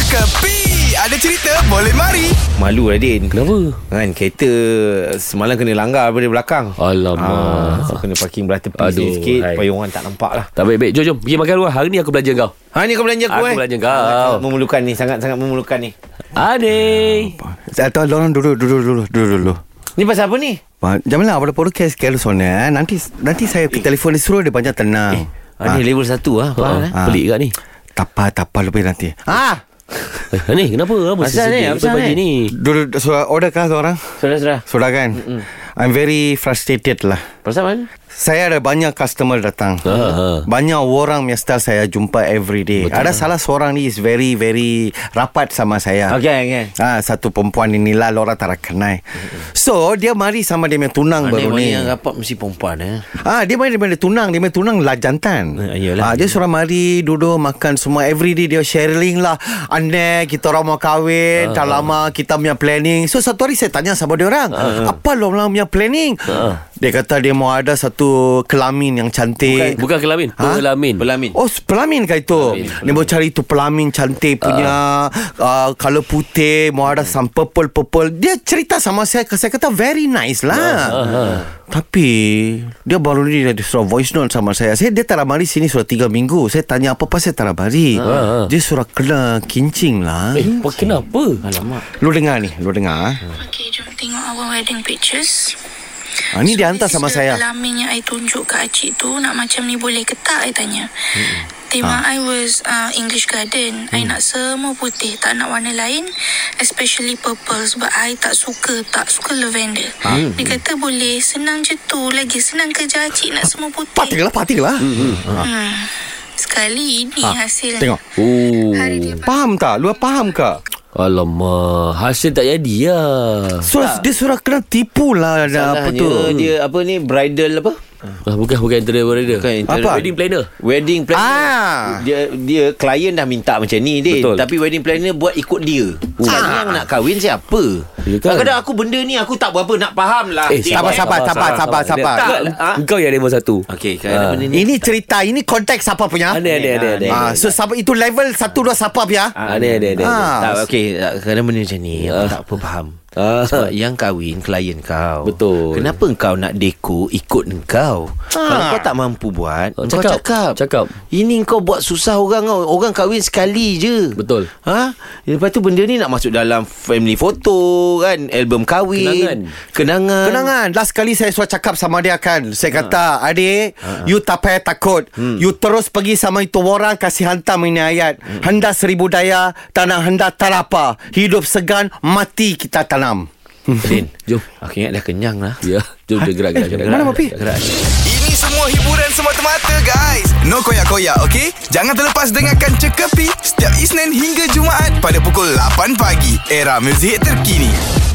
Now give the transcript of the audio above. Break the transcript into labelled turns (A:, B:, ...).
A: Kepi Ada cerita boleh mari
B: Malu lah Din
C: Kenapa?
B: Kan kereta Semalam kena langgar daripada belakang
C: Alamak.
B: ah, So kena parking belah tepi
C: Aduh,
B: Aduh, sikit
C: hai.
B: Supaya orang tak nampak lah
C: Tak baik-baik Jom jom Pergi makan luar Hari ni aku belanja kau
B: Ha ni kau belanja aku,
C: Aku
B: eh
C: belanja kau.
B: Sangat-sangat Memerlukan ni Sangat-sangat memerlukan ni
C: Ade
D: Atau orang duduk duduk dulu duduk dulu.
B: Ni pasal apa ni?
D: Ma- Janganlah pada podcast kalau soalnya eh. nanti nanti saya
A: Eh.
D: ke telefon dia suruh dia banyak tenang.
B: Ha, ni level 1 lah Faham
C: ha,
B: eh?
D: Ah.
C: Pelik kat ni
D: Tapa tapa lebih nanti. Ah,
C: Eh, Ani kenapa? Apa
B: Asal ni?
C: sesedih
B: Asal ni?
C: pagi ni?
A: Eh.
D: duduk sudah order kah orang?
B: Saudara-saudara
D: Sudah kan? I'm very frustrated lah.
B: Pasal mana?
D: Saya ada banyak customer datang.
C: Ha, ha.
D: Banyak orang punya style saya jumpa every day. Betul. Ada salah seorang ni is very very rapat sama saya.
B: Okay, okay.
D: Ah, satu perempuan inilah Laura tak nak kenal. So dia mari sama dia punya tunang
B: Mana
D: baru
B: orang
D: ni.
B: yang rapat mesti perempuan eh
D: Ah dia main daripada tunang, dia main tunang lah jantan.
B: Eh,
D: ah
B: iyalah.
D: dia suruh mari duduk makan semua everyday dia sharing lah. Aneh kita orang mau kahwin, uh. dah lama kita punya planning. So satu hari saya tanya sama dia orang, uh. apa lo orang punya planning? Uh. Dia kata dia mau ada satu kelamin yang cantik.
C: Bukan kelamin
D: Ha?
C: Pelamin
B: Pelamin
D: Oh pelamin kah itu Dia mau cari tu pelamin cantik punya uh. Uh, Color putih Mau ada some purple-purple Dia cerita sama saya Saya kata very nice lah Tapi Dia baru ni dia suruh voice note sama saya Saya dia tak nak mari sini sudah 3 minggu Saya tanya apa-apa saya tak nak mari Dia suruh kena kincing lah
C: Eh pa- kenapa? Alamak
D: Lu dengar ni Lu dengar ah.
E: Okay, jom tengok our wedding pictures.
D: ah, Ni dia hantar
E: this
D: sama
E: is
D: saya
E: The lamin yang I tunjuk ke Acik tu nak macam ni boleh ke tak? I tanya. Tema
D: Ah.
E: I was uh, English Garden. I
D: Mm.
E: nak semua putih. Tak nak warna lain. Especially purple. Sebab I tak suka. Tak suka lavender.
D: Ah.
E: Dia kata boleh. Senang je tu. Lagi senang kerja Acik nak semua
D: Patik
E: putih.
D: lah patik lah
E: Hmm. Sekali ini hasilnya.
D: Ah, Tengok
C: Oh
E: Hari dia
D: Faham tak? Lu faham ke?
C: Alamak Hasil tak jadi lah
D: Surah, dia surah kena tipu lah
B: Salahnya
D: apa tu
B: dia apa ni Bridal apa?
C: ah, Bukan bukan interior wedding
B: Bukan interior.
D: Apa?
C: Wedding planner
B: Wedding planner
D: Ah.
B: Dia dia klien dah minta macam ni dia.
C: Betul.
B: Tapi wedding planner buat ikut dia
D: Ah.
B: Sekarang yang nak kahwin siapa
C: Ya kan?
B: Kadang-kadang aku benda ni Aku tak berapa nak faham lah
C: Eh
B: Din,
D: sabar,
B: eh.
D: sabar, sabar, sabar, sabar.
C: Dia-
B: Tak, ah.
C: Engkau yang level satu
B: Okey, kadang-kadang
C: Ah.
B: benda ni
D: Ini cerita Ini konteks apa punya
C: Ada ada ada ada.
D: Ah, so siapa itu level satu dua siapa ya?
C: Ah, Ada ada ada
D: Ah.
B: tak, okay Kadang benda macam ni Aku tak apa faham
C: Ah.
B: Sebab yang kahwin Klien kau
C: Betul.
B: Kenapa kau nak deko Ikut kau Kalau kau tak mampu buat
C: Ah,
B: Kau
C: cakap,
B: cakap
C: cakap.
B: Ini kau buat susah orang tau. Orang kahwin sekali je
C: Betul.
B: Ha? Lepas tu benda ni nak masuk dalam Family photo kan Album kahwin Kenangan Kenangan
D: Kenangan Last kali saya suruh cakap sama dia kan Saya kata Adik You tak payah takut You terus pergi sama itu orang Kasih hantam ini ayat Handa seribu daya Tanah handa tarapa Hidup segan Mati kita tanam
B: Din
C: Jom
B: Aku ingat dah kenyang lah Eh,
C: Ya Jom dia gerak gerak gerak
D: mana
C: gerak.
D: Mapi?
C: Gerak.
A: Ini semua hiburan semata-mata guys No koyak-koyak ok Jangan terlepas dengarkan Cekapi Setiap Isnin hingga Jumaat Pada pukul 8 pagi Era muzik terkini